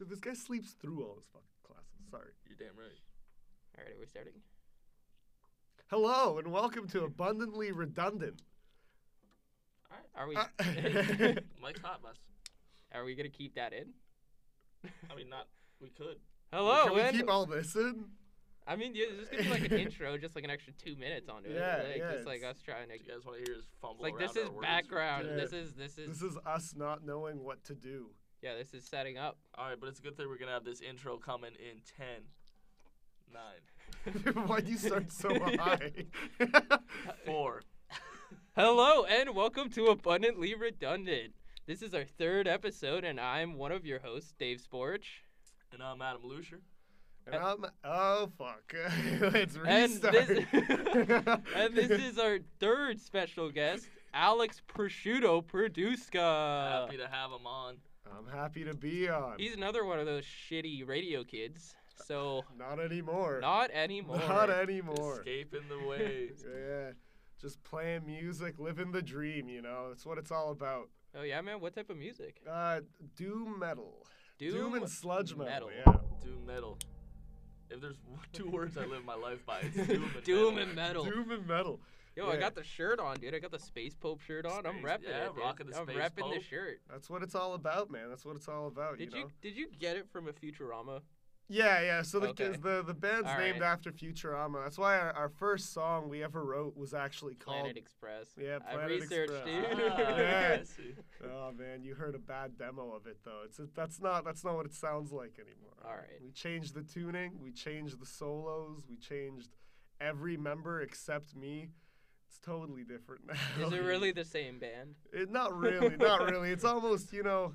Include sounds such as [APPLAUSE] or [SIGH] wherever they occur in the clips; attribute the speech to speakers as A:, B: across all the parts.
A: This guy sleeps through all his fucking classes. Sorry.
B: You're damn
A: [LAUGHS]
B: right.
C: All right, are we starting?
A: Hello and welcome to Abundantly Redundant.
C: All right, are we?
A: Uh,
B: Mike's hot mess.
C: [LAUGHS] are we gonna keep that in?
B: I mean, not. We could.
C: Hello,
A: Can we
C: and-
A: keep all this in?
C: I mean, yeah, there's just gonna be [LAUGHS] like an intro, just like an extra two minutes onto
A: Yeah,
C: it, like,
A: yeah,
C: just like
A: it's-
C: us trying to.
B: Do you guys want to hear his
C: It's
B: fumble?
C: like this
B: around
C: is
B: our words?
C: background.
A: Yeah.
C: This is this is
A: [LAUGHS] This is us not knowing what to do. [LAUGHS]
C: yeah. This is setting up.
B: All right, but it's a good thing we're gonna have this intro coming in ten,
A: [LAUGHS]
B: nine,
A: Why'd you start
C: [LAUGHS]
A: so high? [LAUGHS]
B: four.
C: Hello and welcome to Abundantly Redundant. This is our third episode, and I'm one of your hosts, Dave Sporch.
B: And I'm Adam Lusher.
A: and I'm, oh fuck. [LAUGHS] Let's
C: And
A: restart.
C: this,
A: [LAUGHS]
C: and this is our third special guest, Alex Prosciutto Produska.
B: Happy to have him on.
A: I'm happy to be on.
C: He's another one of those shitty radio kids.
A: [LAUGHS]
C: So
A: not anymore.
C: not anymore.
A: Not anymore.
B: Escaping the
C: [LAUGHS]
B: waves.
A: Yeah. Just playing music, living the dream, you know. That's what it's all about.
C: oh yeah, man. What type of music?
A: Uh, doom metal.
C: Doom,
A: and sludge metal.
C: metal.
A: Yeah.
B: Doom metal. If there's [LAUGHS] two words I live my life by,
C: [LAUGHS]
B: it's doom and
C: Doom
B: metal.
C: and metal.
A: Doom and metal.
C: Yo, I
A: yeah.
C: got the shirt on, dude. I got the space pope shirt on. I'm
B: Space-
C: repping
B: yeah,
C: it. dude.
B: rocking the
C: I'm
B: space
C: repping the
B: pope.
C: shirt.
A: That's what it's all about, man. That's what it's all about,
C: Did
A: you
C: you,
A: know.
C: did you get it from a Futurama?
A: Yeah, yeah. So the
C: Okay.
A: the the band's
C: All
A: named
C: right.
A: after Futurama. That's why our, our first song we ever wrote was actually called.
C: Planet Express.
A: Yeah,
C: I
A: Planet
C: researched,
A: Express.
C: dude.
B: Ah,
C: [LAUGHS]
A: Yeah.
B: [LAUGHS] I see.
A: Oh man, you heard a bad demo of it though. It's that's not that's not what it sounds like anymore.
C: All right.
A: We changed the tuning. We changed the solos. We changed every member except me. It's totally different [LAUGHS] now.
C: Is it really the same band?
A: It, not really, not really. It's almost, you know,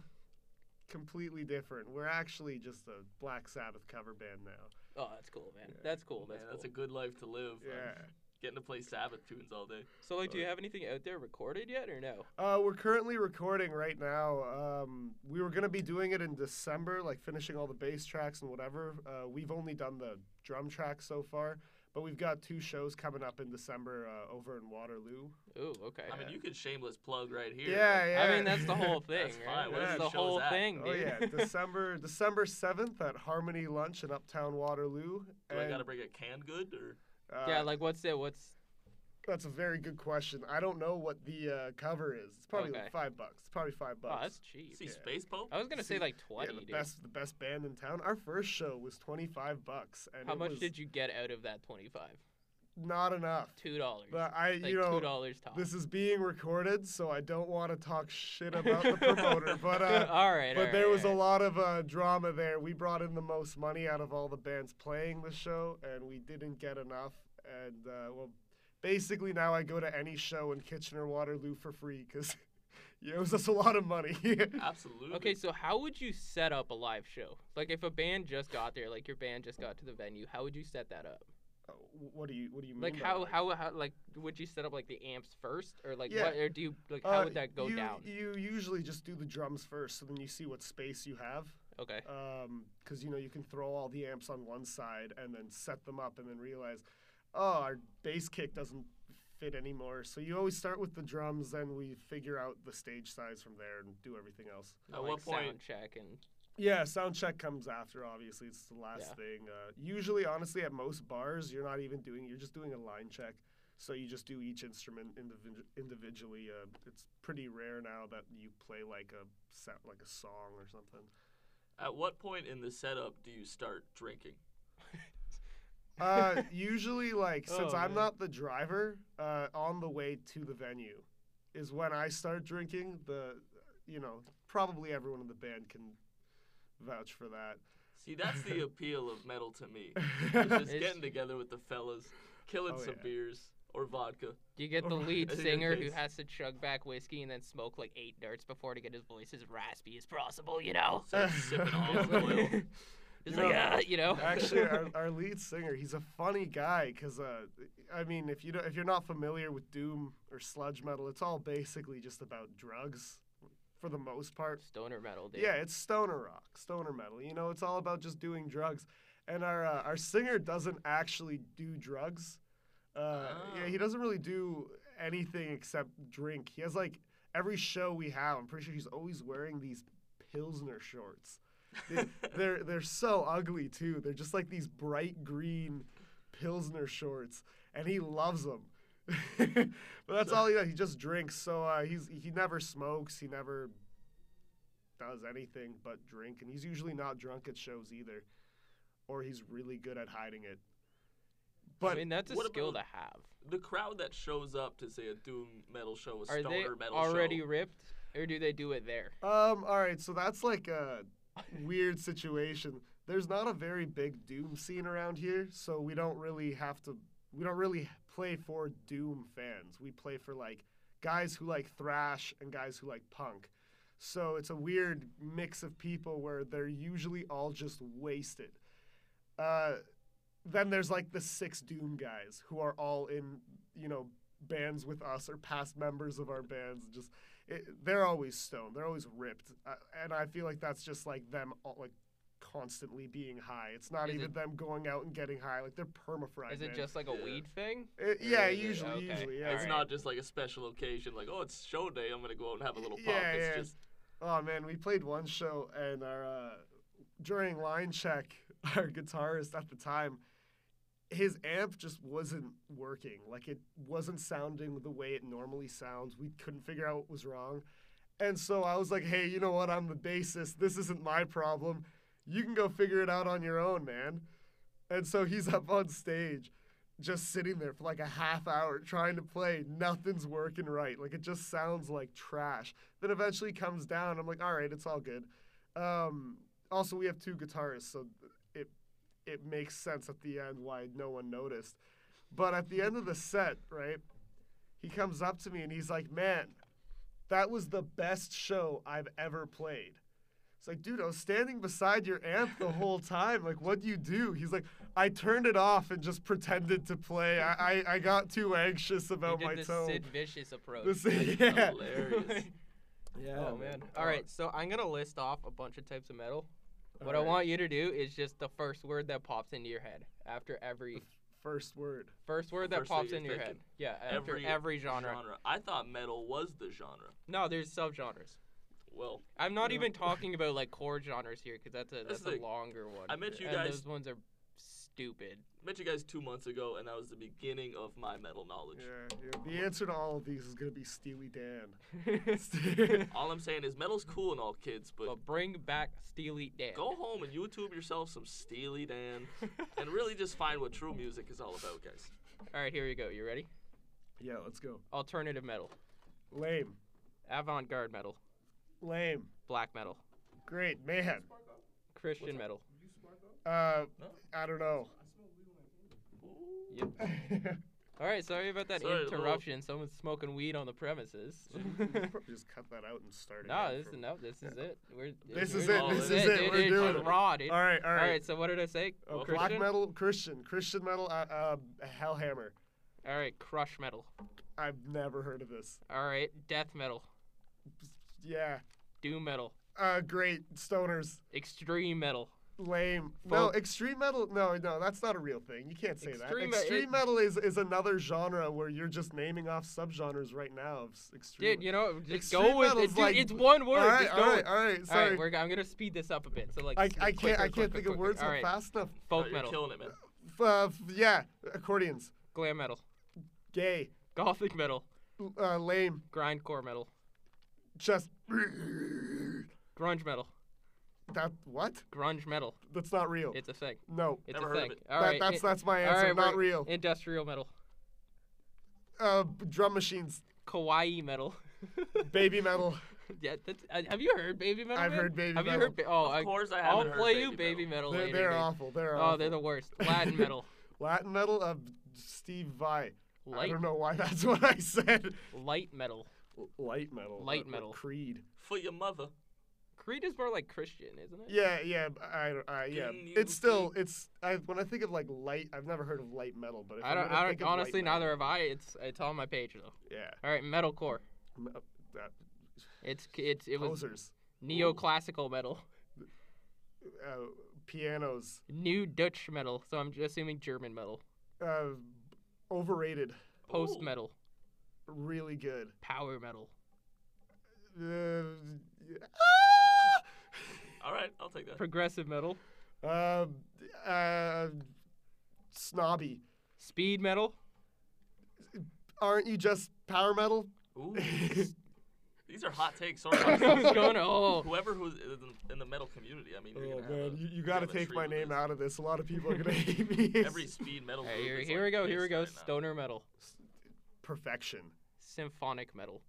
A: completely different. We're actually just a Black Sabbath cover band now.
C: Oh, that's cool, man.
A: Yeah.
C: That's cool.
B: Man,
C: That's
B: that's a
C: cool.
B: good life to live. I'm
A: Yeah.
B: Getting to play Sabbath tunes all day.
C: so, like, do you have anything out there recorded yet, or no?
A: Uh, we're currently recording right now. Um, we were going to be doing it in December, like finishing all the bass tracks and whatever. Uh, we've only done the drum track so far, but we've got two shows coming up in December uh, over in Waterloo.
C: Ooh, okay.
B: I mean,
A: Yeah.
B: you could shameless plug right here.
A: Yeah, yeah.
C: I mean, that's
A: [LAUGHS]
C: the whole thing,
B: That's
C: right?
B: fine.
A: What
C: That's
A: if
C: the
B: it shows
C: whole
B: that?
C: thing, dude.
A: Oh
C: [LAUGHS]
A: yeah, December December seventh at Harmony Lunch in Uptown Waterloo.
B: Do I
A: And,
B: gotta bring a canned good or?
A: uh,
C: Yeah, like, what's it? What's
A: That's a very good question. I don't know what the uh, cover is. It's probably
C: Okay.
A: like five bucks. It's probably five bucks.
C: Oh, that's cheap.
B: See
A: Yeah.
B: Space Pope?
C: I was gonna say
A: See,
C: like twenty,
A: yeah, the
C: dude.
A: best the best band in town. Our first show was twenty five bucks, and
C: How
A: it
C: much
A: was
C: did you get out of that twenty-five?
A: Not enough.
C: Two dollars.
A: But I,
C: Like
A: you
C: two
A: know,
C: dollars top.
A: this is being recorded, so I don't want to talk
C: [LAUGHS]
A: shit about the promoter. But uh,
C: all right.
A: but there was a lot of uh, drama there. We brought in the most money out of all the bands playing the show, and we didn't get enough. And uh, well, basically now I go to any show in Kitchener Waterloo for free because [LAUGHS] it was just a lot of money. [LAUGHS]
C: Uh,
B: Absolutely.
C: Okay, so how would you set up a live show? Like, if a band just got there, like your band just got to the venue, how would you set that up?
A: Uh, what do you What do you mean?
C: Like,
A: by
C: how
A: that?
C: how how like would you set up like the amps first, or like
A: Yeah.
C: what, or do you like how
A: Uh,
C: would that go
A: you,
C: down?
A: You usually just do the drums first, so then you see what space you have.
C: Okay.
A: because um, you know you can throw all the amps on one side and then set them up and then realize oh our bass kick doesn't fit anymore so you always start with the drums then we figure out the stage size from there and do everything else
B: At
C: like,
B: what point?
C: Sound check and
A: yeah sound check comes after obviously it's the last
C: Yeah.
A: thing uh, usually honestly at most bars you're not even doing you're just doing a line check so you just do each instrument individ- individually uh, it's pretty rare now that you play like a set like a song or something
B: At what point in the setup do you start drinking?
A: Uh, usually, like since
C: Oh,
A: I'm
C: man.
A: not the driver, uh, on the way to the venue, is when I start drinking. The, you know, probably everyone in the band can vouch for
B: See, that's
C: [LAUGHS]
B: the appeal of metal to me. It's
A: that.
B: just
C: It's-
B: getting together with the fellas, killing
A: Oh,
B: some
A: yeah.
B: beers or vodka.
C: you get
A: [LAUGHS]
C: the
A: Over-
C: lead
B: in your
C: singer who
B: face.
C: has to chug back whiskey and then smoke like eight darts before to get his voice as raspy as possible. You know.
B: Start
C: [LAUGHS]
B: sipping olive oil.
C: It's
A: You
C: like,
A: know,
C: ah, you know.
A: Actually, our, our lead singer, he's a funny guy because, uh, I mean, if you don't, if you're not familiar with doom or sludge metal, it's all basically just about drugs, for the most part.
C: [LAUGHS] stoner metal, dude.
A: Yeah, it's stoner rock, stoner metal. You know, it's all about just doing drugs. And our uh, our singer doesn't actually do drugs. Uh, Yeah, he
B: Oh.
A: doesn't really do anything except drink. He has like every show we have. I'm pretty sure he's always wearing these pilsner shorts.
C: [LAUGHS]
A: They, they're they're so ugly too. They're just like these bright green pilsner shorts, and he loves them. [LAUGHS] but that's all he does. He just drinks. So uh, he's he never smokes. He never does anything but drink, and he's usually not drunk at shows either, or he's really good at hiding it. But
C: I mean, that's a
B: what
C: skill
B: about-
C: to have.
B: the crowd that shows up to say a doom metal show, a
C: Are they
B: stoner metal
C: already
B: show.
C: ripped, or do they do it there?
A: um, all right. So that's like a weird situation. There's not a very big doom scene around here, so we don't really have to. We don't really play for doom fans. We play for like guys who like thrash and guys who like punk. So it's a weird mix of people where they're usually all just wasted. Uh, then there's like the six Doom guys who are all in, you know, bands with us or past members of our bands. Just it, they're always stoned. They're always ripped, uh, and I feel like that's just like them all, like constantly being high. It's not
C: Is
A: even
C: it-
A: them going out and getting high. Like they're permafried.
C: Is it
A: man.
C: just like a
B: Yeah.
C: weed thing?
A: Uh, yeah,
C: is it-
A: usually,
C: okay.
A: usually, yeah.
C: All
B: It's
C: right.
B: not just like a special occasion, like oh, it's show day. I'm gonna go out and have a little pop.
A: Yeah,
B: it's
A: yeah.
B: just
A: Oh man, we played one show and our uh, during line check, [LAUGHS] our guitarist at the time, his amp just wasn't working. Like it wasn't sounding the way it normally sounds. We couldn't figure out what was wrong. And so I was like, "Hey, you know what? I'm the bassist. This isn't my problem. You can go figure it out on your own, man." And so he's up on stage just sitting there for like a half hour trying to play. Nothing's working right. Like it just sounds like trash. Then eventually comes down. I'm like, all right, it's all good. Um, also, we have two guitarists, so it it makes sense at the end why no one noticed. But at the end of the set, right, he comes up to me and he's like, man, that was the best show I've ever played. It's like, dude, I was standing beside your amp the whole time. Like, what do you do? He's like, I turned it off and just pretended to play. I, I, I got too anxious
C: You
A: about
C: did
A: my
C: the
A: tone. [LAUGHS]
C: Sid Vicious approach.
A: This- yeah.
B: hilarious.
A: Yeah.
C: oh man. All right, so I'm gonna list off a bunch of types of metal. What I
A: Alright.
C: want you to do is just the first word that pops into your head after every
A: First word.
C: first word
B: The
C: that
B: first thing
C: pops
B: you're
C: into your head.
B: thinking.
C: Yeah, [LAUGHS] after every, genre.
B: I thought metal was the genre.
C: No, there's subgenres.
B: Well,
C: I'm not
A: Yeah.
B: [LAUGHS]
C: even talking about like core genres here because that's a
B: That's
C: that's,
B: the-
C: a longer one.
B: I met you
C: and
B: guys-
C: Those ones are stupid.
B: [LAUGHS]
C: [LAUGHS]
B: met you guys two months ago, and that was the beginning of my metal knowledge.
A: Yeah, yeah. The answer to all of these is gonna be Steely Dan.
C: but
B: All I'm saying is metal's cool and all, kids,
A: Oh,
B: but
C: bring back Steely Dan. [LAUGHS]
B: go home and YouTube yourself some Steely Dan, and really just find what true music is all about, guys.
C: All right, here we go. You ready?
A: Yeah, let's go.
C: Alternative metal,
A: Lame,
C: avant-garde metal,
A: lame,
C: black metal,
A: great man.
C: Christian metal.
A: Uh,
B: No.
A: I don't know.
C: Yep. All right, sorry about that
B: Sorry, little-
C: interruption. Someone's smoking weed on the premises.
A: [LAUGHS]
B: [LAUGHS]
C: [LAUGHS]
A: Just cut that out and start.
C: no,
A: again
C: this is
A: from-
C: no, this is it. We're,
A: This
C: we're-
A: is it,
B: this is it,
C: dude,
B: we're
C: it's
B: doing it.
C: raw, dude.
A: All right, all
C: All
A: right.
C: right, so what did I say?
A: Uh,
B: Well,
A: black
C: Christian?
A: metal, Christian, Christian metal, uh, uh, Hellhammer.
C: All right, crush metal.
A: I've never heard of this.
C: All right, death metal,
A: Yeah.
C: doom metal,
A: Uh, great stoners,
C: extreme metal.
A: lame. No,
C: Folk.
A: extreme metal. No, no, that's not a real thing. You can't say
C: Extreme me-
A: that. Extreme
C: it-
A: metal is is another genre where you're just naming off subgenres right now of s- extreme.
C: Dude, you know, just
A: Extreme
C: go with
A: metal's
C: it. Dude,
A: like-
C: it's one word.
A: all right,
C: just go
A: all right,
C: with-
A: all right.
C: All
A: Sorry,
C: right, we're, I'm gonna speed this up a bit. So like,
A: I, I
C: s-
A: can't I
C: quicker,
A: can't think
C: quicker,
A: of words
C: quicker. All
A: not
C: right,
A: fast enough.
B: No,
C: folk
B: you're
C: metal,
B: killing it, man.
A: F- uh, f- yeah, accordions,
C: glam metal,
A: gay,
C: gothic metal,
A: l- uh, lame,
C: grindcore metal,
A: just [SNIFFS]
C: grunge metal,
A: that. What?
C: grunge metal.
A: That's not real.
C: It's a thing.
A: no,
C: It's
B: Never
C: a
B: heard of
C: thing.
B: it.
C: All
A: that,
C: right,
A: that's
C: it-
A: that's my
C: all
A: answer.
C: right,
A: not
C: we're-
A: real.
C: Industrial metal,
A: Uh, b- drum machines,
C: kawaii metal. [LAUGHS]
A: baby metal.
C: yeah, that's, uh, have you heard baby metal?
A: I've
C: man?
A: heard baby
C: Have
A: metal.
C: you heard? Ba- oh,
B: Of
C: I,
B: course, I
C: I'll
B: haven't heard
C: play you baby
B: baby metal.
C: metal.
A: They're,
C: later,
A: they're
C: dude.
A: awful. They're
C: Oh,
A: awful.
C: they're the worst.
A: [LAUGHS]
C: Latin metal,
A: Latin metal of Steve Vai. I
C: light,
A: don't know why that's what I said.
C: light metal.
A: L- Light metal.
C: Light
A: uh, uh,
C: metal.
A: Creed.
B: For your mother.
C: Creed is more like Christian, isn't it?
A: Yeah, yeah, I, don't- I yeah.
B: Didn't you
A: It's still, it's. I when I think of like light, I've never heard of light metal, but if
C: I
A: I'm
C: don't.
A: gonna
C: I
A: think
C: don't.
A: of light
C: Honestly,
A: metal-
C: neither have I. It's it's on my page though.
A: Yeah,
C: All right, metalcore.
A: m- uh, that,
C: It's it's it was
A: posers,
C: neoclassical metal, [LAUGHS]
A: uh, pianos,
C: new Dutch metal. So I'm just assuming German metal,
A: uh, overrated,
C: post
B: Ooh.
C: metal,
A: really good. [LAUGHS]
C: power metal.
A: Uh, ah!
B: All right, I'll take that.
C: Progressive metal,
A: Uh, uh, snobby.
C: speed
B: [LAUGHS]
C: metal. [LAUGHS]
A: Aren't you just power metal?
B: [LAUGHS]
C: [LAUGHS]
B: Ooh, these are hot takes. Sorry,
C: I was
B: [LAUGHS]
C: going, oh,
B: whoever who's in- in the metal community. I mean, you're
A: Oh
B: gonna have
A: man,
B: a-
A: you, you
B: you're
A: gotta
B: gonna
A: take my
B: treat
A: name
B: this.
A: out of this. A lot of people are
B: [LAUGHS]
A: gonna hate me. [LAUGHS]
B: Every speed metal.
C: Hey,
B: group
C: here,
B: is
C: here
B: like
C: we go, here we
B: pissed
C: go.
B: right now.
C: Stoner metal,
A: perfection.
C: symphonic metal.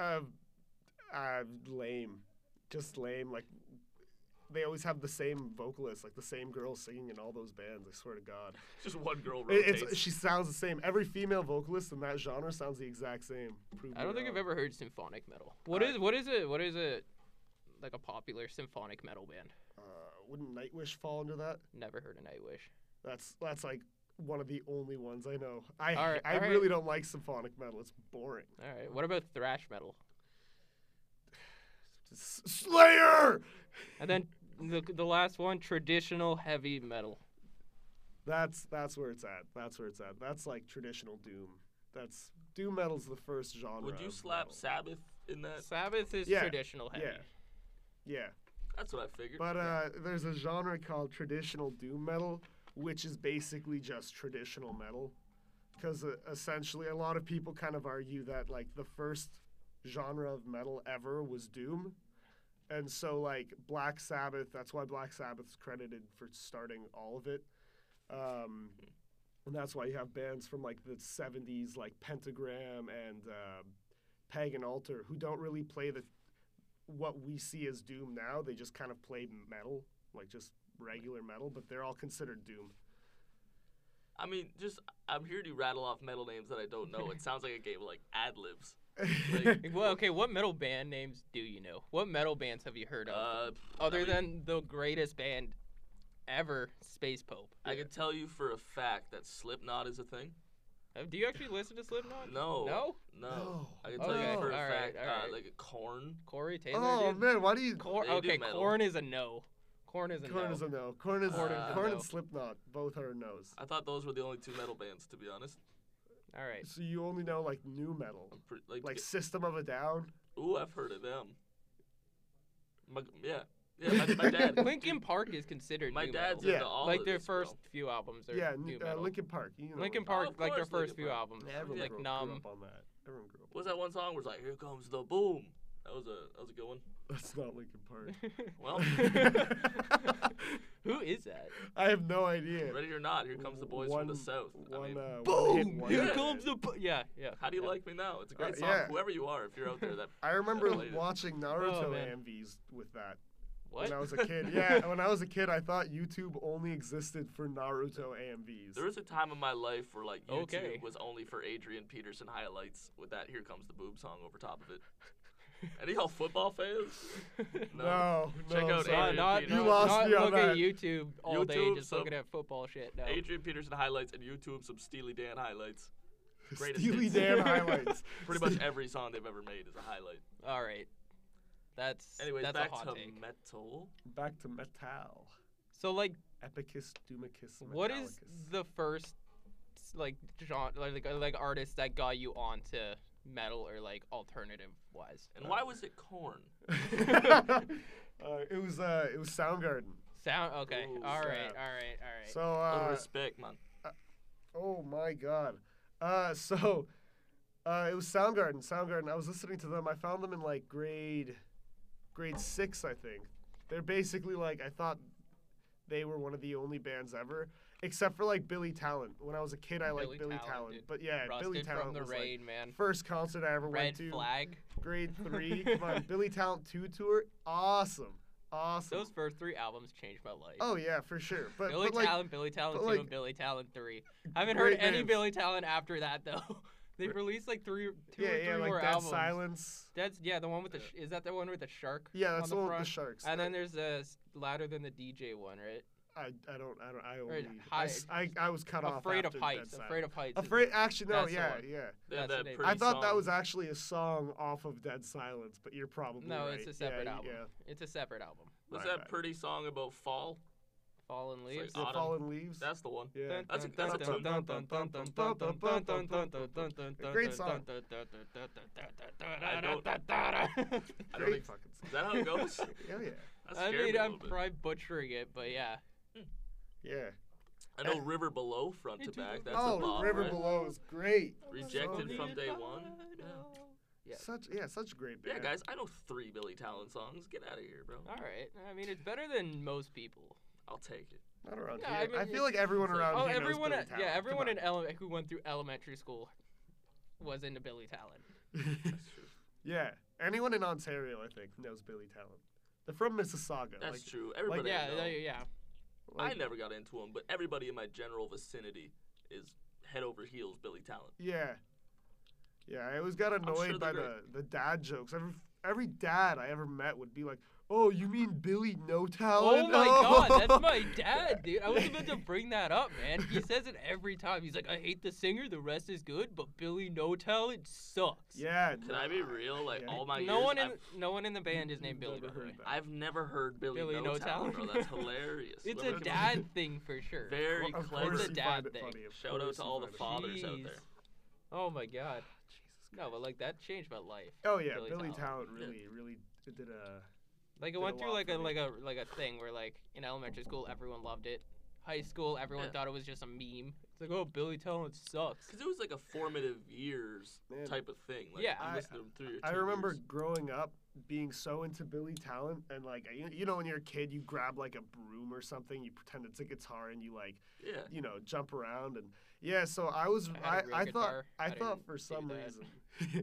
A: Uh, uh, lame, just lame. Like they always have the same vocalist, like the same girl singing in all those bands. I swear to God,
B: Just one girl
A: It-
B: rotates.
A: it's she sounds the same. Every female vocalist in that genre sounds the exact same. Prove
C: I
A: me
C: don't think I've
A: wrong.
C: ever heard symphonic metal. What is what is it? What is it? Like a popular symphonic metal band.
A: Uh, wouldn't Nightwish fall under that?
C: Never heard of Nightwish.
A: That's that's like one of the only ones I know. I
C: All right,
A: I
C: all right.
A: really don't like symphonic metal. It's boring.
C: All right. What about thrash metal?
A: S- Slayer.
C: And then the the last one, traditional heavy metal.
A: That's that's where it's at. That's where it's at. That's like traditional doom. That's doom metal's the first genre.
B: Would you
A: of
B: slap
A: metal.
B: Sabbath in that?
C: Sabbath is
A: Yeah,
C: traditional heavy.
A: yeah. Yeah,
B: That's what I figured.
A: but uh, there's a genre called traditional doom metal, which is basically just traditional metal, because uh, essentially a lot of people kind of argue that like the first genre of metal ever was doom, and so like Black Sabbath. That's why Black Sabbath's credited for starting all of it. Um, and that's why you have bands from like the 70s like pentagram and uh, pagan altar who don't really play the what we see as doom now they just kind of play metal like just regular metal but they're all considered doom
B: I mean, just I'm hearing you rattle off metal names that I don't know.
A: [LAUGHS]
B: It sounds like a game of, like ad libs. Like,
C: Well, okay. What metal band names do you know? What metal bands have you heard of?
B: uh,
C: other
B: I mean-
C: than the greatest band ever, Space Pope.
B: I can tell you for a fact that Slipknot is a thing.
C: Uh, Do you actually listen to Slipknot?
B: No.
C: No.
B: No.
A: No.
B: I can tell
A: Okay,
B: you for a
C: all right,
B: fact,
C: all
B: uh,
C: right.
B: like corn.
C: Corey Taylor.
A: oh
C: dude?
A: man why do you
C: Cor-
B: They do
C: okay,
B: metal.
C: corn is a no. Corn is a
A: corn
C: no.
A: is a no corn is
B: Corn is a
A: corn
C: no.
A: and slipknot both are no's
B: I thought those were the only two metal bands, to be honest.
C: All right.
A: so you only know like new metal
B: I'm pretty, like,
A: like system of a down
B: ooh, I've heard of them. My, yeah, yeah, my, my [LAUGHS] dad.
C: [LAUGHS] Linkin Park is considered
B: my
C: new
B: dad's
C: metal.
A: Yeah.
B: into all
C: like
B: of
C: their
B: this, bro.
C: first few albums are
A: yeah
C: new
A: n- uh,
C: metal.
A: linkin park you know Linkin
C: Linkin Park,
B: of
C: like their
B: course Linkin
C: first few
B: Park.
C: albums,
A: everyone
C: like
A: grew,
C: Numb.
A: grew
C: [LAUGHS]
A: up on that everyone grew up
B: What was that one song? Where it's like, "Here comes the boom." That was a that was a good one.
A: that's not linkin
C: [LAUGHS]
A: park
B: Well,
C: Who is that?
A: I have no idea.
B: ready or not, here comes the boys from the
A: One-
B: south. I
A: One,
B: mean,
A: uh,
C: Boom!
A: One hit
C: Here
A: wonder.
C: comes the bu- yeah yeah.
B: how do you
C: yeah.
B: like me now? It's a great
A: Uh,
B: song.
A: yeah.
B: Whoever you are, if you're out there,
A: [LAUGHS]
B: that
A: I remember
B: Related. Oh,
A: watching Naruto
C: man.
A: MVs with that
C: what?
A: when I was a kid.
B: [LAUGHS]
A: yeah,
C: [LAUGHS]
A: when I was a kid, I thought YouTube only existed for Naruto AMVs.
B: there was a time in my life where like YouTube
C: Okay.
B: was only for Adrian Peterson highlights with that "Here Comes the Boob" song over top of it. Any y'all football fans?
A: [LAUGHS] no, no.
B: [LAUGHS] Check out
A: sorry.
C: No,
B: Adrian
C: not,
B: Peterson.
A: You lost
C: not
A: me on
C: look at
A: that.
C: YouTube all day
B: YouTube,
C: just
B: some-
C: looking at football shit. No.
B: Adrian Peterson highlights and YouTube some Steely
A: [LAUGHS]
B: Dan highlights. Greatest
A: Steely
B: hits. [LAUGHS]
A: Dan highlights.
B: Pretty much every song they've ever made is a highlight.
C: All right. That's
B: Anyways,
C: that's
B: back
C: a
B: to
C: hot take.
B: metal.
A: [LAUGHS] Back to metal.
C: So like
A: Epicus, Dumicus, Metallicus.
C: what is the first like genre like like artist that got you onto metal or like alternative wise?
B: And why was it corn?
A: [LAUGHS] uh, it was uh, it was Soundgarden.
C: Sound okay.
B: Ooh,
C: all right, all right,
A: yeah.
C: all right.
A: So
B: Little
A: uh,
B: respect, man.
A: Oh my god. Uh, [LAUGHS] so uh, it was Soundgarden. Soundgarden. I was listening to them. I found them in like grade grade six, I think. They're basically like I thought they were one of the only bands ever, except for like Billy Talent. When I was a kid, I
C: Billy
A: liked Billy
C: Talent,
A: Talent.
C: dude.
A: But yeah,
C: Rusted
A: Billy Talent
C: from the
A: was
C: rain, man.
A: like first concert I ever
C: Red
A: went to.
C: flag. [LAUGHS]
A: Grade three. Come on, Billy Talent two tour. Awesome, awesome.
C: Those first three albums changed my life.
A: oh yeah, for sure. But,
C: Billy
A: but like
C: Talent, Billy Talent
A: but,
C: two,
A: like,
C: and Billy Talent
A: [LAUGHS]
C: three. I haven't heard
A: great
C: any
A: names.
C: Billy Talent after that though. [LAUGHS] They've released like three, two
A: yeah,
C: or three
A: yeah, like
C: more
A: Dead
C: albums.
A: Silence.
C: That's yeah, the one with the sh- is that the one with the shark?
A: Yeah, that's
C: on
A: the,
C: the
A: one
C: front?
A: with the sharks.
C: And
A: Uh,
C: then there's the s- louder than the DJ one, right?
A: I, I don't I don't I
C: Or
A: only I, s- I, I was cut off.
C: afraid of
A: after
C: heights.
A: Dead
C: Afraid of heights. is-
A: Silence. Afraid actually no
C: That's the
A: yeah
C: one.
A: yeah.
B: They had
C: That's
B: that
C: the name.
B: pretty
A: I thought that
B: song.
A: was actually a song off of Dead Silence, but you're probably
C: no,
A: right.
C: it's a separate
A: yeah,
C: album.
A: Yeah.
C: It's a separate album.
B: was
A: my
B: that
A: bad.
B: pretty song about fall?
C: Fallen
B: It's like
C: leaves.
A: The
B: Autumn.
A: fallen leaves.
B: That's the one.
A: yeah.
B: That's a- that's a tune.
A: Great song.
B: I don't-
C: [LAUGHS]
B: I don't
A: Great fucking
B: think.
A: song.
B: Is that how it goes? that
A: Hell yeah.
C: I
B: scared me
C: mean,
B: a
C: I'm
B: little bit.
C: probably butchering it, but yeah.
A: Yeah.
B: I know River Below front
C: Hey,
B: to
C: dude,
B: back.
C: look-
B: That's
A: oh,
B: a bomb,
A: River
B: right?
A: Below is great.
B: Rejected
A: Song.
B: from day one. Yeah. Yeah.
A: Such yeah, such great
B: Yeah,
A: band.
B: guys, I know three Billy Talent songs. Get out of here, bro.
C: All right. I mean, it's better than most people.
B: I'll take it.
A: Not around
C: No,
A: here. I,
C: I mean,
A: feel like everyone
B: it's like-
A: around
C: Oh,
A: here
C: everyone.
A: knows
C: At,
A: Billy Talent.
C: yeah,
A: Come
C: everyone
A: on.
C: in ele- who went through elementary school was into Billy Talent.
B: That's true.
A: [LAUGHS] yeah, anyone in Ontario, I think, knows Billy Talent. They're from Mississauga.
B: That's
A: like,
B: true. Everybody.
C: yeah,
B: I, know.
C: they- yeah.
B: I never got into them, but everybody in my general vicinity is head over heels Billy Talent.
A: Yeah, yeah. I always got annoyed
B: sure
A: by the the
B: they're
A: dad jokes. Every every dad I ever met would be like, "Oh, you mean Billy No
C: Oh
A: Talent?" [LAUGHS]
C: my god, that's my dad, dude. I was about to bring that up, man. He says it every time. He's like, I hate the singer, the rest is good, but Billy No Talent sucks. Oh
A: Yeah.
B: Can I be
A: nah.
B: real? Like
A: Yeah.
B: all my
C: no
B: years,
C: one in
B: I've,
C: no one in the band is named
A: Never
C: Billy, by the
A: heard
C: way.
A: that.
B: I've never heard Billy,
C: Billy
B: no,
C: No
B: Talent, bro.
C: Talent.
B: That's hilarious.
C: [LAUGHS]
B: Look
C: It's a
B: at me.
A: [LAUGHS]
C: dad thing for sure.
B: Very
A: Of
B: clever.
A: course
C: It's a
A: you
C: dad
A: find it
C: thing.
A: funny. Of
B: Shout out
A: course
B: to
A: you
B: all the
A: find it funny.
B: fathers out
C: Jeez.
B: there.
C: Oh my god.
A: Jesus
C: No, but like that changed my life.
A: Oh yeah,
C: Billy
A: Billy,
C: Talent.
A: Talent. really, really did a.
C: Like I
A: Did a
C: went through
A: lot
C: like
A: for
C: a
A: me.
C: like a like a thing where like in elementary school everyone loved it. High school everyone
B: Yeah.
C: thought it was just a meme. It's like, oh Billy Talent sucks.
A: [LAUGHS]
B: Because it was like a formative years
A: Man.
B: type of thing. Like,
C: Yeah,
B: you
A: I-
B: listened to them through your
A: I
B: teen
A: remember
B: years.
A: growing up being so into Billy Talent and like you, you know when you're a kid you grab like a broom or something you pretend it's a guitar and you like
B: Yeah.
A: you know jump around and yeah so I was
C: I had
A: I,
C: a real
A: I, thought
C: guitar.
A: I
C: I
A: thought
C: didn't
A: for
C: do
A: some
C: that.
A: reason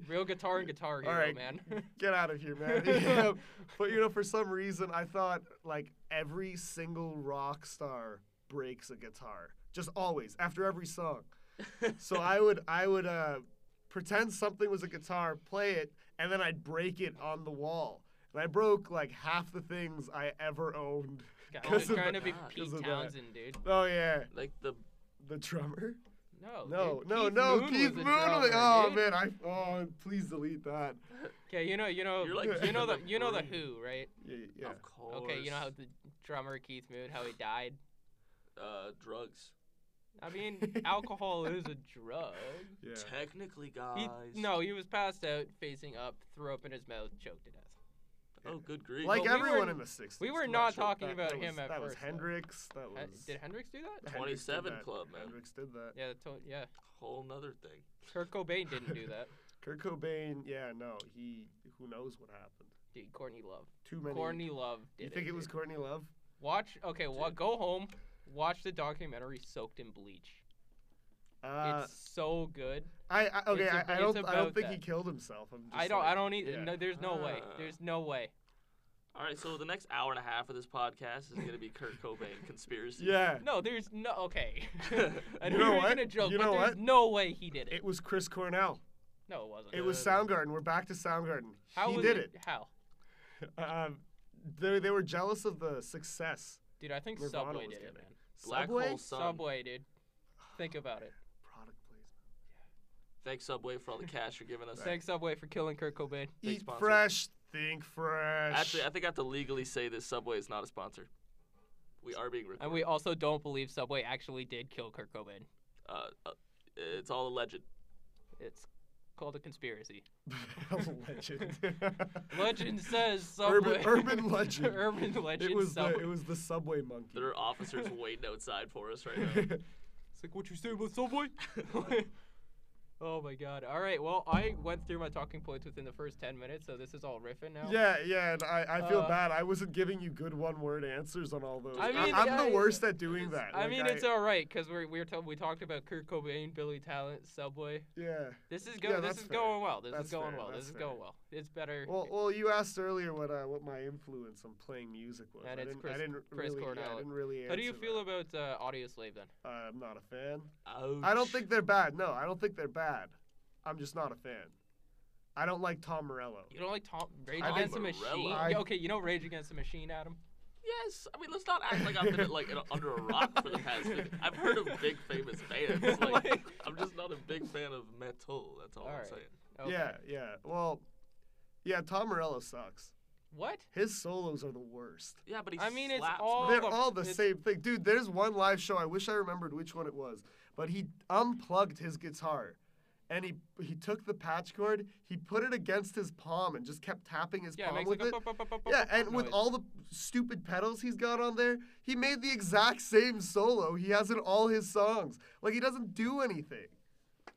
A: [LAUGHS]
C: Real guitar and guitar hero,
A: Alright.
C: man. [LAUGHS]
A: get out of here [LAUGHS] man Yeah, but you know for some reason I thought like every single rock star breaks a guitar just always after every song So
C: [LAUGHS]
A: I would I would uh, pretend something was a guitar, play it, and then I'd break it on the wall. And I broke like half the things I ever owned.
C: God,
A: Because
C: I'm
A: of
C: trying
A: that- [LAUGHS]
C: to be
B: because
C: Pete
A: of that.
C: Townsend, dude.
A: Oh yeah,
B: like the
A: the drummer.
C: No,
A: No,
C: dude,
A: no,
C: Oh,
A: no.
C: Keith Moon
A: Keith
C: was
A: Moon.
C: A drummer,
A: was- oh
C: dude.
A: man, I oh please delete that.
C: Okay, you know, you know,
B: You're like
C: you know the
B: Keith
C: you know the
B: Moon.
C: Who, right?
A: Yeah, yeah.
B: of course.
C: Okay, you know how the drummer Keith Moon, how he died.
B: uh, drugs.
A: [LAUGHS]
C: I mean, alcohol is a drug.
A: yeah.
B: Technically, guys.
C: He, no, he was passed out, facing up, threw up in his mouth, choked to death.
B: Oh, good grief.
A: Like
C: Well, we
A: everyone
C: were-
A: in the '60s.
C: we were
A: I'm
C: not
A: sure
C: talking
A: that-
C: about
A: that
C: him
A: was,
C: at
A: that was
C: first, though.
A: Hendrix. That was
C: Uh, did Hendrix do that?
A: Hendrix did
B: 27
A: that.
B: Club, man.
A: Hendrix did that.
C: Yeah, to- yeah.
B: whole nother thing.
C: Kurt Cobain didn't do
A: [LAUGHS]
C: that.
A: Kurt Cobain. Yeah, no, he. Who knows what happened?
C: Dude, Courtney Love.
A: Too many.
C: Courtney Love did
A: you think it, was
C: dude.
A: Courtney Love?
C: Watch. Okay, wa-
B: Dude.
C: go home. Watch the documentary "Soaked in Bleach."
A: Uh,
C: it's so good.
A: I, I okay.
C: It's
A: I
C: ab-
A: I
C: it's
A: don't. I
C: about
A: don't think he
C: that.
A: killed himself. I'm just
C: I don't.
A: Like,
C: I don't need.
A: yeah.
C: No, there's no way.
B: Ah.
C: There's no way.
B: All right, so the next hour and a half of this podcast is going to be Kurt Cobain
A: [LAUGHS]
B: conspiracy.
A: Yeah.
C: No, there's no. Okay. [LAUGHS]
B: [LAUGHS]
C: I
A: You
C: knew
A: know
C: you were
A: what?
C: gonna joke,
A: You
C: but
A: know
C: there's
A: what?
C: no way he did it.
A: It was Chris Cornell.
C: no, it wasn't.
A: It was
B: Good.
A: Soundgarden. We're back to Soundgarden.
C: How
A: he
C: was
A: did it.
C: How?
A: Um, they they were jealous of the success.
C: Dude, I think
A: Nirvana
C: Subway
A: was
C: did it,
A: getting
C: man.
B: Black
A: Subway.
B: Hole Sun.
C: Subway, dude. Think about it.
A: [SIGHS] Product placement.
B: Thanks, Subway, for all the cash you're giving us.
C: Thanks Subway for killing Kurt Cobain.
B: Big
A: Eat
B: sponsor.
A: fresh. Think fresh.
B: Actually, I think I have to legally say this Subway is not a sponsor. We are being recorded.
C: And we also don't believe Subway actually did kill Kurt Cobain.
B: uh, uh, it's all alleged.
C: It's called a conspiracy.
A: [LAUGHS] legend. [LAUGHS]
C: Legend says Subway.
A: Urban- urban legend.
C: [LAUGHS] urban legend.
A: It was the
C: Subway.
A: it was the subway monkey. [LAUGHS]
B: There are officers waiting outside for us right
C: [LAUGHS]
B: now.
C: It's like what you say about Subway. [LAUGHS] oh my god. All right. Well, I went through my talking points within the first ten minutes, so this is all riffing now.
A: Yeah, yeah, and I, I feel
C: Uh,
A: bad. I wasn't giving you good one word answers on all those.
C: I
A: I
C: mean,
A: am
C: I-
A: the worst at doing
B: it's-
A: that.
C: I
A: Like,
C: mean, it's all right because we're we're t- we talked about Kurt Cobain, Billy Talent, Subway.
A: yeah.
C: This is
A: Yeah,
C: going. this
A: that's
C: is
A: fair.
C: going well. This
A: That's
C: is going
A: fair,
C: well. This
A: that's
C: is
A: fair.
C: going well. It's better.
A: Well, well, you asked earlier what uh, what my influence on playing music was.
C: And
A: I
C: it's
A: didn't,
C: Chris-
A: I didn't
C: Chris
A: really, Yeah, I
C: Cornell.
A: didn't really answer
C: How do you feel
A: that.
C: about uh, Audio Slave then?
A: Uh, I'm not a fan.
B: Ouch.
A: I don't think they're bad. No, I don't think they're bad. I'm just not a fan. I don't like Tom Morello.
C: You don't like Tom Rage
A: I
C: Against the
B: think-
C: Machine?
B: Morello.
A: I-
C: Yeah, okay, you know Rage Against the Machine, Adam.
B: Yes, I mean let's not act like I've been like in, under a rock for the past. 50. I've heard of big famous
C: [LAUGHS]
B: bands. Like,
C: Like-
B: I'm just not a big fan of metal. That's all, I'm
C: Alright.
B: saying.
C: Okay.
A: Yeah, yeah. Well, yeah, Tom Morello sucks.
C: What?
A: His solos are the worst.
B: Yeah, but he
C: I mean, it's
B: slaps,
C: all-
B: bro.
A: They're
C: but
A: all the
C: it's-
A: same thing, dude. There's one live show. I wish I remembered which one it was, but he unplugged his guitar, and he he took the patch cord, he put it against his palm, and just kept tapping his
C: Yeah, it
A: palm
C: makes
A: with
C: like a
A: it.
C: pop, pop, pop, pop,
A: Yeah,
C: pop,
A: and
C: pop
A: with
C: noise.
A: all the stupid pedals he's got on there, he made the exact same solo he has in all his songs. Like he doesn't do anything.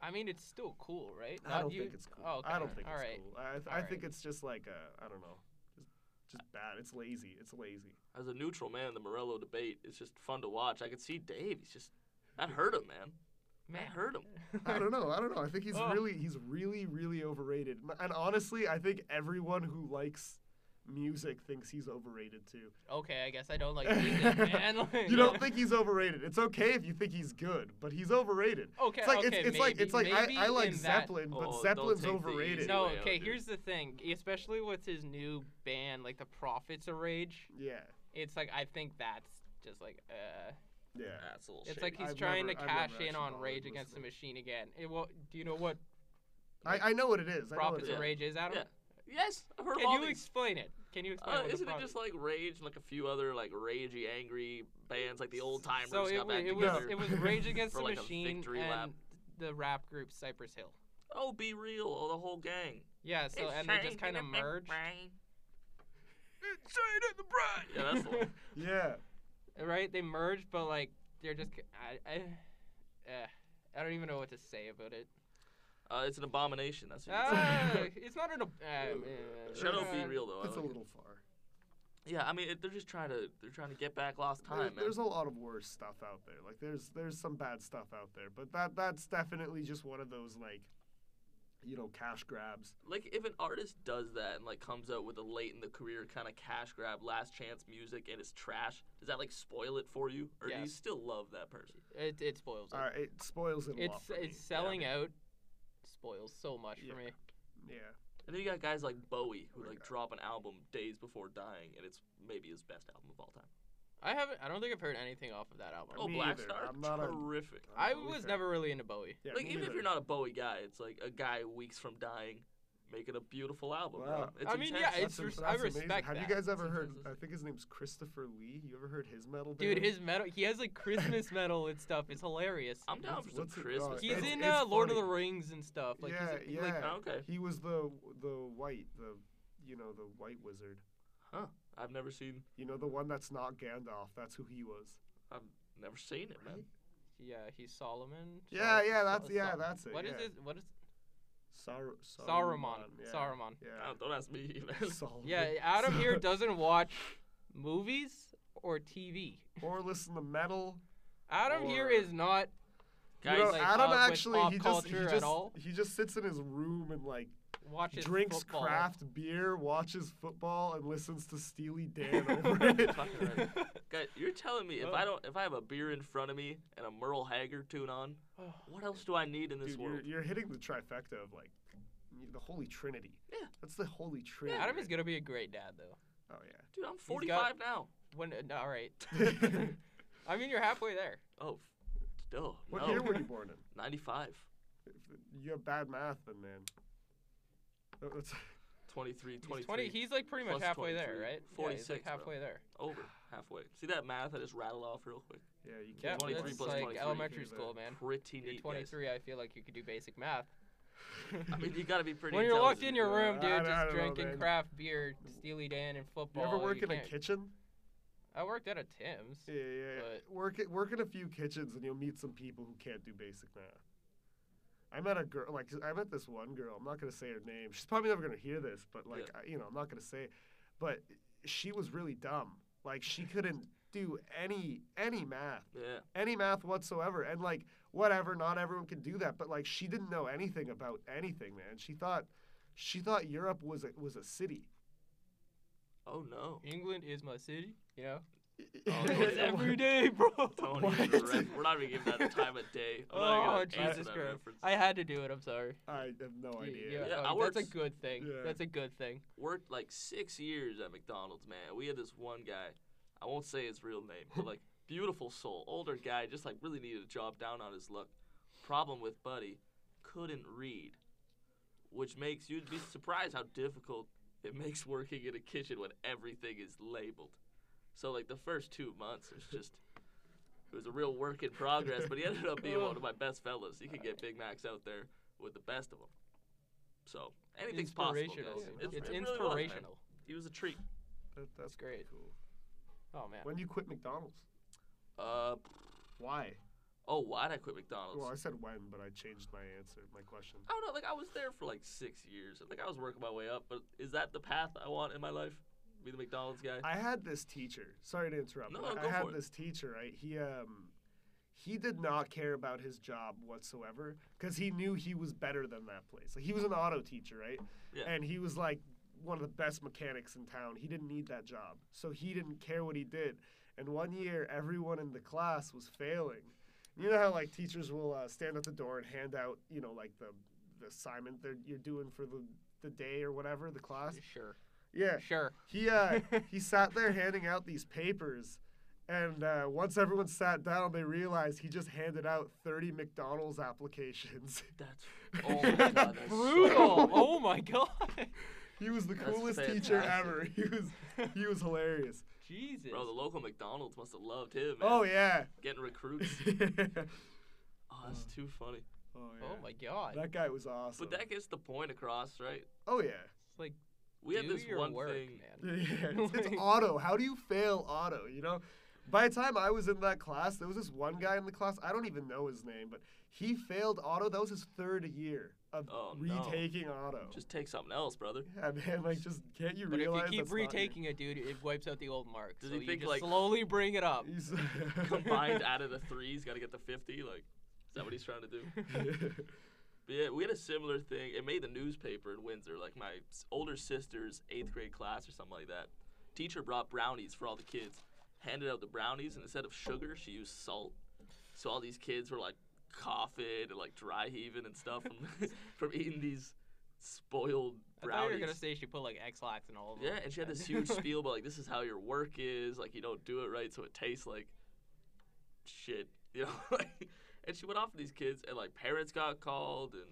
C: I mean, it's still cool, right?
A: I
C: Not
A: don't
C: you-
A: think it's cool.
C: Oh, okay.
A: I don't think
C: all
A: it's
C: right.
A: cool. I, th- I
C: All
A: think
C: right.
A: it's just like I I don't know, just, just bad. It's lazy. It's lazy.
B: as a neutral man, the Morello debate is just fun to watch. I could see Dave. He's just that hurt him, man. That
C: Man.
B: hurt him.
A: [LAUGHS] I don't know. I don't know. I think he's
C: Ugh.
A: really, he's really, really overrated. M- And honestly, I think everyone who likes music thinks he's overrated too.
C: Okay, I guess I don't like music, man. [LAUGHS] Like,
A: You don't think he's overrated? It's okay if you think he's good, but he's overrated.
C: Okay,
A: It's like
C: okay,
A: it's, it's
C: maybe,
A: like it's like
C: maybe
A: I, I like
C: in that-
A: Zeppelin, but
B: Oh, don't
A: Zeppelin's
B: take the
A: overrated.
B: easy
C: No,
B: way out,
C: okay,
B: dude.
C: here's the thing. Especially with his new band, like the Prophets of Rage,
A: Yeah,
C: it's like I think that's just like uh
A: yeah.
B: That's a little.
C: it's
B: shady.
C: like he's
A: I've
C: trying
A: never-
C: to
A: I've
C: cash
A: never
C: in
A: actually
C: on
A: bothered
C: Rage against the
A: listening.
C: machine again. It will do you know what
A: I, I know what it is. I know what
C: Prophets
A: it
B: it
A: is.
C: of
B: is.
C: Rage is, Adam?
B: Yeah. yes, I've heard of all
C: Can you
B: these.
C: explain it? Can you explain
B: Uh,
C: what the
B: isn't it
C: Prophets-
B: just like Rage and like a few other like ragey, angry bands like the old timers
C: So
B: got
C: it, wa-
B: back
C: it was
B: together?
C: it was
B: [LAUGHS]
C: Rage Against
B: for
C: the
B: like a
C: Machine
B: victory
C: and
B: lap.
C: the rap group Cypress Hill.
B: oh, be real, oh, the whole gang.
C: Yeah, so and they just kind of merged.
B: Yeah, that's the one.
A: Yeah.
C: [LAUGHS] right? They merged, but like they're just c- I I, eh, I don't even know what to say
B: [LAUGHS]
C: about it.
B: Uh, it's an abomination. That's what you
C: Ah,
B: said.
C: it's not an. ab- Uh,
B: Shout out, be
C: uh,
B: real though. Oh, I
A: That's a
B: like it.
A: little far.
B: Yeah, I mean it, they're just trying to they're trying to get back lost
A: There-
B: time, man.
A: There's a lot of worse stuff out there. Like there's there's some bad stuff out there, but that that's definitely just one of those like, you know, cash grabs.
B: like if an artist does that and like comes out with a late in the career kind of cash grab, last chance music, and it's trash, does that like spoil it for you, or do you
C: Yes.
B: still love that person?
C: It it spoils it.
A: Uh, it spoils it a lot.
C: it's
A: for me.
C: it's selling out. Spoils so much
A: Yeah.
C: for me.
A: Yeah,
B: And then you got guys like Bowie who
A: my
B: like
A: God.
B: drop an album days before dying, and it's maybe his best album of all time. I
C: I haven't. I don't think I've heard anything off of that album.
B: Oh,
A: Me
B: Black
A: either.
B: Star,
A: I'm not a-
B: terrific.
C: I
A: I'm
C: was
A: with her.
C: never really into Bowie.
A: Yeah,
B: like
A: me
B: even if
A: neither.
B: you're not a Bowie guy, it's like a guy weeks from dying, making a beautiful album. bro.
A: Wow.
B: It's
C: I mean,
B: intense.
C: yeah, it's
A: That's-
C: res-
A: that's
C: I
A: amazing.
C: respect
A: Have
C: that.
A: you guys ever
B: It's
A: heard?
B: interesting.
A: I think his name's Christopher Lee. You ever heard his metal?
C: Dude,
A: band?
C: his metal. He has like Christmas metal and stuff. It's hilarious.
B: I'm down
A: What's-
B: for some
A: what's it- oh,
B: Christmas.
C: He's
A: It's-
B: album.
C: in
A: it's
C: uh, Lord of the
A: funny.
C: Rings and stuff. Like
A: yeah,
C: he's a,
A: yeah.
C: like
B: Oh,
C: [LAUGHS]
B: okay.
A: He was the the white the you know the white wizard.
B: Huh? I've never seen,
A: You know the one that's not Gandalf. That's who he was.
B: I've never seen it, man.
A: Right?
C: Yeah, he's Solomon.
A: Yeah,
C: Sol-
A: yeah,
C: Sol-
A: that's- yeah,
C: Sol-
A: that's it,
C: What is
A: yeah.
C: it? What is
A: Sar-
C: Saruman?
A: yeah,
C: Saruman.
B: Oh, don't ask me, [LAUGHS]
A: Yeah. [LAUGHS]
B: man.
A: Saruman.
C: Yeah, Adam
A: [LAUGHS]
C: here
A: Sar-
C: doesn't watch movies or TV.
A: or listen to metal.
C: Adam here
A: Or-
C: is not.
B: Guys,
A: you know,
C: like,
A: Adam
C: up with
A: actually
C: pop
A: he just,
C: culture
A: he
C: at
A: just
C: all?
A: he just sits in his room and like
C: Watches
A: drinks
C: football. [LAUGHS]
A: craft beer, watches football, and listens to Steely Dan
C: [LAUGHS]
A: over it.
B: Fucking right. Guys, you're telling me if
C: Oh.
B: I don't, if I have a beer in front of me and a Merle Haggard tune on,
A: [LAUGHS]
B: what else do I need in this
A: Dude,
B: world?
A: you're, you're hitting the trifecta of like the holy trinity.
B: Yeah.
A: that's the holy trinity.
C: [SIGHS] Adam is
A: right?
C: gonna be a great dad though.
A: Oh yeah.
B: Dude, I'm
C: He's
B: 45
C: got-
B: now.
C: When uh, no, all right. I mean, you're halfway there.
B: Oh, duh.
A: [LAUGHS] what
B: no.
A: year were you born in?
B: 95.
A: If You have bad math, then man. That- That's [LAUGHS]
B: 23,
C: He's
B: 23.
C: twenty. He's like pretty much
B: plus
C: halfway there,
B: 23,
C: right? Yeah, he's
B: 46,
C: like
B: bro.
C: halfway there.
B: Over. Halfway. See that math I just rattled off real quick?
A: yeah. You
C: Yeah,
A: can't. do
B: 23
A: that.
C: that's
B: plus
C: like
B: 23,
C: elementary
A: do that.
C: school, man.
B: Pretty
C: You're
B: neat. guys.
C: 23. I feel like you could do basic math.
B: I mean, you gotta be pretty
C: when you're locked
B: intelligent.
C: in your room,
A: I-
C: dude,
A: I
C: just
A: don't know,
C: drinking
A: man.
C: craft beer, Steely Dan, and
A: You
C: football.
A: ever work in a
C: can't-
A: kitchen?
C: I worked at a Tim's.
A: Yeah, yeah. yeah.
C: But-
A: Work at, work in a few kitchens, and you'll meet some people who can't do basic math. I met a girl, like I met this one girl. I'm not gonna say her name. She's probably never gonna hear this, but like I, you know, I'm not gonna say. it. But she was really dumb. Like she couldn't do any any math,
B: Yeah.
A: any math whatsoever. And like whatever, not everyone can do that. But like she didn't know anything about anything, man. She thought she thought Europe was a, was a city.
B: Oh, no.
C: England is my city,
A: [LAUGHS]
C: you know?
B: Oh,
A: Um,
C: It
B: yeah.
C: was every day, bro. [LAUGHS]
B: Tony,
A: What?
B: you're ref- we're not even giving that the time of day. I'm not
C: Oh,
B: even gonna answer
C: Jesus
B: that
C: Christ.
B: reference.
C: I had to do it, I'm sorry.
A: I have no
C: Y-
A: idea.
B: Yeah,
C: oh,
B: I worked
C: that's
B: s-
C: a good thing.
A: Yeah.
C: That's a good thing.
B: worked like six years at McDonald's, man. We had this one guy, I won't say his real name, but like beautiful soul, older guy, just like really needed a job, down on his luck. Problem with Buddy, couldn't read, which makes you'd be surprised how difficult it makes working in a kitchen when everything is labeled. So like the first two months was just it was a real work in progress, but he ended up being one of my best fellows. You can get Big Macs out there with the best of them. So anything's possible. Guys.
C: Inspirational.
B: It's,
C: It's
B: it really was, man.
C: inspirational.
B: he was a treat.
A: That, that's
C: That's great.
A: cool.
C: Oh man.
A: When you quit McDonald's?
B: Uh,
A: Why?
B: oh, why'd I quit McDonald's?
A: Well, I said when, but I changed my answer, my question.
B: I don't know. Like I was there for like six years. Like I was working my way up, but is that the path I want in my life? Be the McDonald's guy.
A: I had this teacher. Sorry to interrupt.
B: No,
A: but
B: no,
A: I
B: go
A: had
B: for it.
A: this teacher, right? He um he did not care about his job whatsoever cuz he knew he was better than that place. Like he was an auto teacher, right?
B: Yeah.
A: And he was like one of the best mechanics in town. He didn't need that job. So he didn't care what he did. And one year everyone in the class was failing. You know how like teachers will uh, stand at the door and hand out, you know, like the the assignment that you're doing for the the day or whatever, the class.
C: Sure.
A: Yeah.
C: Sure.
A: He
C: [LAUGHS]
A: uh, he sat there handing out these papers, and uh, once everyone sat down, they realized he just handed out thirty McDonald's applications. [LAUGHS]
C: [LAUGHS]
B: That's oh my god, that's so-
C: Brutal.
B: [LAUGHS]
C: oh my god.
A: [LAUGHS] he was the
B: That's
A: coolest teacher
B: fantastic.
A: ever. [LAUGHS] He was he was hilarious.
C: Jesus.
B: Bro, the local McDonald's must have loved him. Man.
A: Oh yeah. [LAUGHS]
B: getting recruits.
C: [LAUGHS]
A: oh yeah.
B: Oh, that's too funny.
C: oh my god.
A: That guy was awesome.
B: But that gets the point across, right?
A: oh yeah. [LAUGHS]
C: It's like
B: We
C: do
B: had this
C: your
B: one
C: work,
B: thing.
A: Yeah,
C: man.
A: it's,
B: [LAUGHS]
A: it's auto. How do you fail auto? You know, by the time I was in that class, there was this one guy in the class. I don't even know his name, but he failed auto. That was his third year of
B: Oh, no.
A: retaking auto.
B: Just take something else,
C: [LAUGHS]
B: brother.
A: yeah, man. Like, just can't you
C: But if you
A: realize
C: keep
A: that's not your-
C: retaking it, dude, it wipes out the old mark.
B: Does
C: so
B: he
C: you
B: think,
C: just
B: like,
C: slowly bring it
A: [LAUGHS]
C: up.
A: He's- [LAUGHS]
B: Combined out of the threes, got to get the 50. Like, is that what he's trying to do? But yeah, we had a similar thing. It made the newspaper in Windsor. Like, my s- older sister's eighth grade class or something like that. Teacher brought brownies for all the kids, handed out the brownies, and instead of sugar, she used salt. So all these kids were like coughing and like dry heaving and stuff from, [LAUGHS] from eating these spoiled
C: I
B: brownies.
C: thought you were gonna say she put like X lax and all of
B: Yeah, and she had
C: [LAUGHS]
B: this huge spiel about like this is how your work is, like you don't do it right, so it tastes like shit, [LAUGHS] you know. like, and she went off with these kids, and like parents got called, and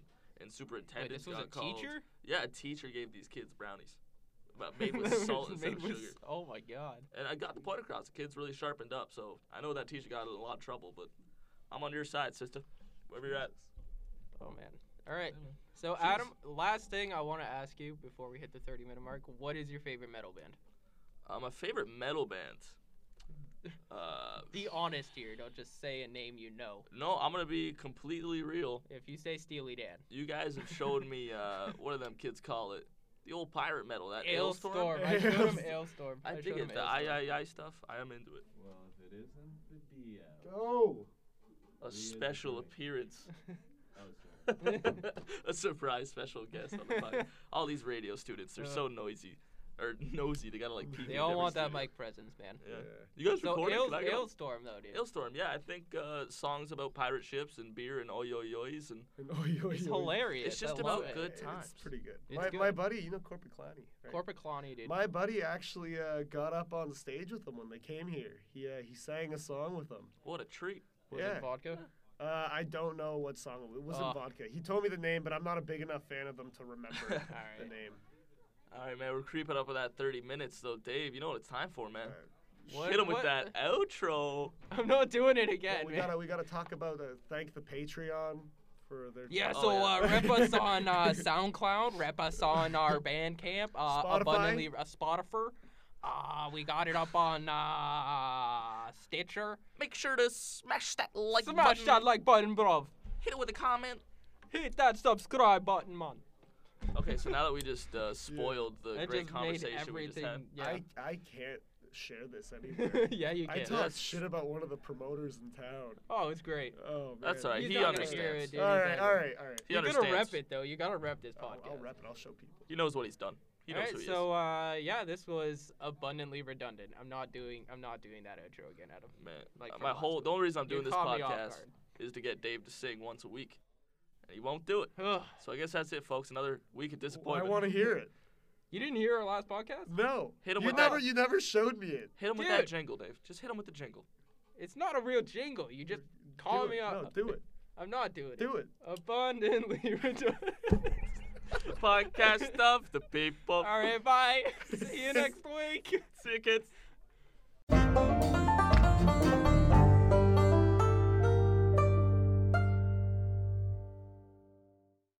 B: and
C: Wait,
B: superintendents
C: this was
B: got
C: a
B: called.
C: teacher.
B: Yeah, a teacher gave these kids brownies,
C: [LAUGHS]
B: but made with salt instead
C: Made
B: of
C: with-
B: sugar.
C: Oh my god.
B: And I got the point across. The kids really sharpened up, so I know that teacher got in a lot of trouble, but I'm on your side, sister. Wherever you're at.
C: Oh man. All right.
B: Yeah, man.
C: So Adam, last thing I want to ask you before we hit the 30 minute mark, what is your favorite metal band?
B: Uh, my favorite metal band. Uh,
C: Be honest here. Don't just say a name you know.
B: no, I'm gonna be completely real.
C: If you say Steely Dan,
B: You guys have showed me uh, what do them kids call it? The old pirate metal, that
C: Ale
B: Uh, Ailstorm.
C: Storm. I showed him Ale Storm.
B: [LAUGHS] I
C: showed
B: dig
C: him
B: it. The
C: Ale Storm.
B: I I I stuff. I am into it.
D: Well, if it isn't, it'd be uh,
A: oh.
B: A
D: Leah
B: special
D: Detroit.
B: appearance. [LAUGHS]
C: [LAUGHS]
D: oh, sorry.
B: a surprise special
C: [LAUGHS]
B: guest on the podcast. All these radio students, they're so noisy, or [LAUGHS] nosy. They gotta like peek.
C: Uh. They
B: into
C: all
B: every
C: want that
B: studio.
C: mic presence, man.
B: Yeah. You guys
C: So
B: recording?
C: Ale,
B: Can I get on-
C: Ale Storm though, dude.
B: Ailstorm. Yeah, I think uh, songs about pirate ships and beer and oi oi ois and
A: And oh, oy, [LAUGHS] oy,
C: It's
A: oy.
C: hilarious.
B: It's just
C: I love
B: about
C: it.
B: good
A: It's
B: times.
A: pretty good.
C: It's
A: my,
C: good.
A: my buddy, you know Corporate Clowney. Right?
C: Corporate Cloney, dude.
A: my buddy actually uh, got up on stage with them when they came here. He uh, he sang a song with them.
B: what a treat.
C: Was it
A: yeah.
C: vodka?
A: Uh, I don't know what song it was. It was
C: Oh.
A: in vodka. He told me the name, but I'm not a big enough fan of them to
C: [LAUGHS]
A: remember the
C: Alright.
A: name.
B: All right, man. We're creeping up with that 30 minutes, though, Dave. You know what it's time for, man.
A: Alright.
C: What-
B: Hit him
C: what-
B: with that outro.
C: [LAUGHS] I'm not doing it
A: Well,
C: again,
A: we
C: man.
A: gotta we gotta talk about uh, thank the Patreon for their
C: Yeah,
B: Oh,
C: so
B: yeah.
C: Uh, rep
A: [LAUGHS]
B: [LAUGHS]
C: us on uh, SoundCloud, rep us on our Bandcamp, uh,
A: Spotify.
C: abundantly uh, Spotify. Uh, we got it up on uh, Stitcher.
B: Make sure to smash that like
C: Smash
B: button.
C: that like button, bruv.
B: Hit it with a comment.
C: Hit that subscribe button, man.
B: Okay, so now that we just
C: [LAUGHS]
B: uh, spoiled the
C: That
B: great
C: just
B: conversation
C: made
B: we just had.
C: everything.
A: I I can't share
C: [LAUGHS]
A: this anywhere.
C: yeah. [LAUGHS] yeah, you
A: I
C: can.
A: talked shit about one of the promoters in town.
C: Oh, it's great.
A: Oh man.
B: That's all right.
C: He's
B: He
C: not gonna hear
B: understands.
C: it, dude.
A: All
C: He's
A: right,
C: not
A: all
C: gonna-
A: right, all right.
B: He
C: you gotta rep
B: understands.
C: it though. You gotta rep this
A: I'll,
C: podcast.
A: I'll rep it. I'll show people.
B: He knows what he's done. He knows
C: All
B: who
C: right,
B: he
C: so uh, yeah, this was abundantly redundant. I'm not doing. I'm not doing that outro again, Adam.
B: is. Man,
C: like
B: like
C: from
B: my
C: last
B: whole
C: week.
B: the only reason I'm
C: You
B: doing this
C: caught me off
B: podcast
C: guard.
B: is to get Dave to sing once a week, and he won't do it.
C: Ugh,
B: So I guess that's it, folks. Another week of
A: I
B: disappointment.
A: want to hear it.
C: you didn't hear our last podcast?
A: No.
B: Hit 'em
A: you
B: with that.
A: never you never showed me it.
B: Hit him with that
C: Dude.
B: jingle, Dave. Just hit him with the jingle.
C: It's not a real jingle. You just call
A: do
C: me
A: it.
C: up.
A: No, do it.
C: I'm not doing it. [LAUGHS]
A: Do it.
C: Abundantly redundant.
B: podcast
C: [LAUGHS]
B: stuff. The
A: [LAUGHS]
B: people.
C: All right, bye. See you next week.
B: See you, kids.